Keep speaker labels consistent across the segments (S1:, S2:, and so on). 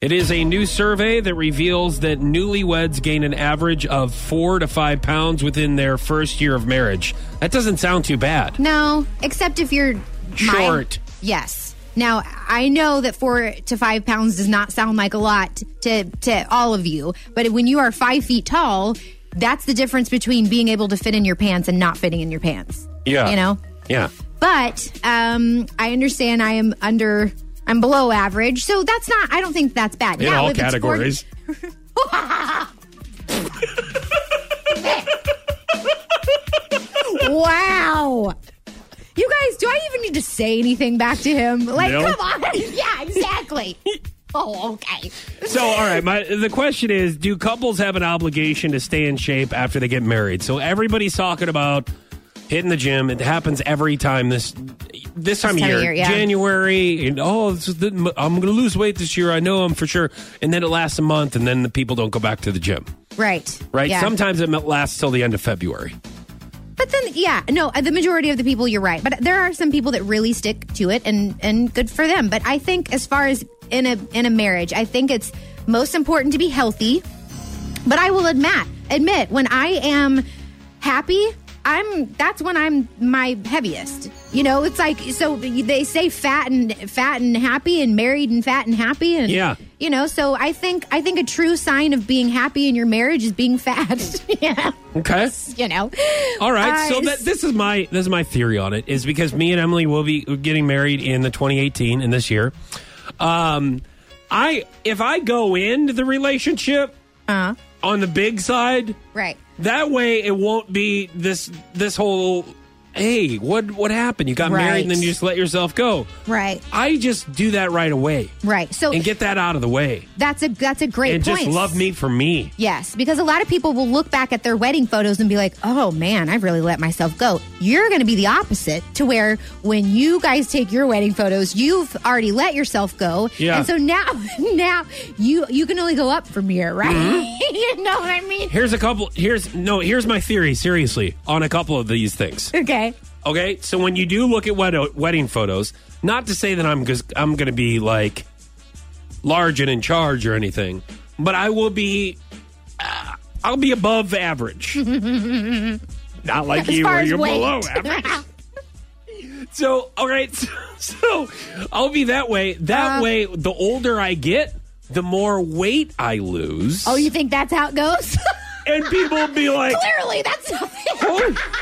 S1: It is a new survey that reveals that newlyweds gain an average of four to five pounds within their first year of marriage. That doesn't sound too bad.
S2: No, except if you're my-
S1: Short.
S2: yes. Now I know that four to five pounds does not sound like a lot to to all of you, but when you are five feet tall, that's the difference between being able to fit in your pants and not fitting in your pants. you know.
S1: Yeah.
S2: But um, I understand I am under, I'm below average, so that's not. I don't think that's bad.
S1: In
S2: Now,
S1: all
S2: if it's four-
S1: categories.
S2: Wow. You guys, do I even need to say anything back to him? Like,
S1: No.
S2: come on. yeah, exactly. oh, okay.
S1: So, all right, my, the question is do couples have an obligation to stay in shape after they get married? So, everybody's talking about hitting the gym. It happens every time this this time,
S2: This
S1: of
S2: time
S1: year,
S2: of year, yeah.
S1: January, and oh, this is the, I'm going to lose weight this year. I know I'm for sure. And then it lasts a month, and then the people don't go back to the gym,
S2: Right.
S1: right?
S2: Yeah.
S1: Sometimes it lasts till the end of February.
S2: But then, yeah, no, uh, the majority of the people, you're right. But there are some people that really stick to it, and and good for them. But I think, as far as in a in a marriage, I think it's most important to be healthy. But I will admit, admit when I am happy, I'm that's when I'm my heaviest. You know, it's like so they say fat and fat and happy and married and fat and happy and
S1: Yeah.
S2: You know, so I think I think a true sign of being happy in your marriage is being fat. yeah,
S1: Okay.
S2: you know.
S1: All right. so
S2: Uh,
S1: that, this is my this is my theory on it is because me and Emily will be getting married in the 2018 in this year. Um, I if I go into the relationship
S2: Uh-huh.
S1: on the big side,
S2: Right.
S1: that way it won't be this this whole. Hey, what what happened? You got married and then
S2: Right.
S1: you just let yourself go.
S2: Right.
S1: I just do that right away
S2: Right. So
S1: and get that out of the way
S2: that's a that's a great
S1: and
S2: point.
S1: just love me for me.
S2: Yes, because a lot of people will look back at their wedding photos and be like, "Oh man, I really let myself go." You're going to be the opposite to where when you guys take your wedding photos, you've already let yourself go,
S1: Yeah.
S2: and so now now you you can only go up from here, right?
S1: Mm-hmm.
S2: you know what I mean?
S1: Here's a couple. Here's no. Here's my theory. Seriously, on a couple of these things.
S2: Okay.
S1: Okay, so when you do look at wed- wedding photos, not to say that I'm just, I'm going to be like large and in charge or anything, but I will be uh, I'll be above average. not like
S2: As
S1: you,
S2: far
S1: where
S2: as
S1: you're
S2: weight.
S1: below average. So, all right, so, so I'll be that way. That
S2: Uh,
S1: way, the older I get, the more weight I lose,
S2: oh, you think that's how it goes?
S1: and people will be like,
S2: Clearly, that's not
S1: "Oh."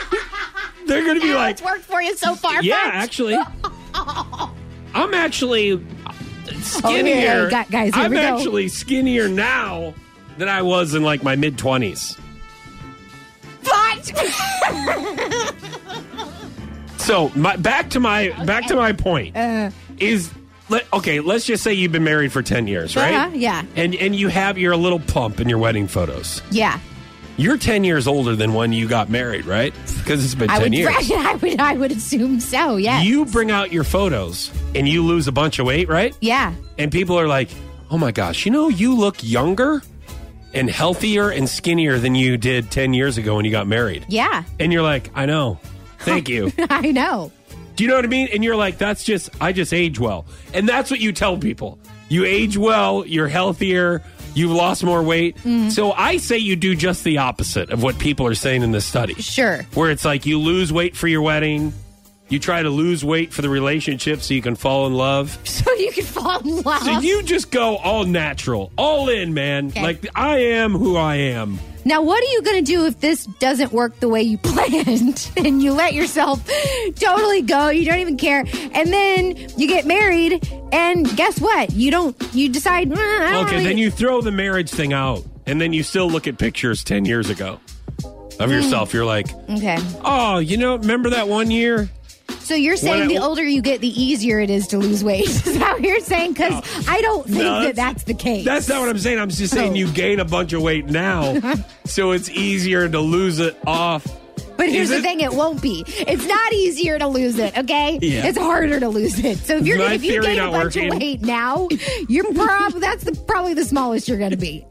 S1: they're going to be
S2: how
S1: like,
S2: it's worked for you so far.
S1: Yeah,
S2: Fudge.
S1: actually. I'm actually
S2: yeah,
S1: skinnier.
S2: you got- guys, here
S1: I'm
S2: we go.
S1: actually skinnier now than I was in like my mid 20s.
S2: Fudge.
S1: So, my, back to my back to my point.
S2: Uh,
S1: is let, okay, let's just say you've been married for 10 years, right?
S2: Uh-huh, yeah.
S1: And and you have you're a little plump in your wedding photos.
S2: yeah.
S1: You're 10 years older than when you got married, right? Cuz it's been
S2: I
S1: 10
S2: would,
S1: years.
S2: I would, I would assume so. Yeah,
S1: You bring out your photos and you lose a bunch of weight, right?
S2: yeah,
S1: and people are like, "Oh my gosh, you know, you look younger and healthier and skinnier than you did 10 years ago when you got married."
S2: yeah.
S1: And you're like, "I know. Thank you."
S2: I know.
S1: Do you know what I mean? And you're like, "That's just I just age well." And that's what you tell people. You age well, you're healthier, you've lost more weight. So I say you do just the opposite of what people are saying in this study.
S2: Sure.
S1: Where it's like you lose weight for your wedding, you try to lose weight for the relationship so you can fall in love.
S2: So you can fall in love.
S1: So you just go all natural, all in, man.
S2: Uh-huh. Okay.
S1: Like I am who I am.
S2: now, what are you going to do if this doesn't work the way you planned and you let yourself totally go? You don't even care. And then you get married, and guess what? You don't, you decide, "Mm, I don't
S1: Okay,
S2: really-
S1: then you throw the marriage thing out, and then you still look at pictures ten years ago of yourself. You're like,
S2: Okay.
S1: oh, you know, remember that one year?
S2: So you're saying
S1: When I-
S2: the older you get, the easier it is to lose weight. Is that what you're saying? Because I don't think that that's the case.
S1: That's not what I'm saying. I'm just saying
S2: Oh.
S1: you gain a bunch of weight now, so it's easier to lose it off.
S2: But
S1: Is
S2: here's
S1: it-
S2: the thing: it won't be. It's not easier to lose it. Okay,
S1: Yeah.
S2: it's harder to lose it. So if you're
S1: My
S2: if you
S1: theory
S2: gain a
S1: not
S2: bunch
S1: working.
S2: of weight now, you're prob that's the, probably the smallest you're going to be.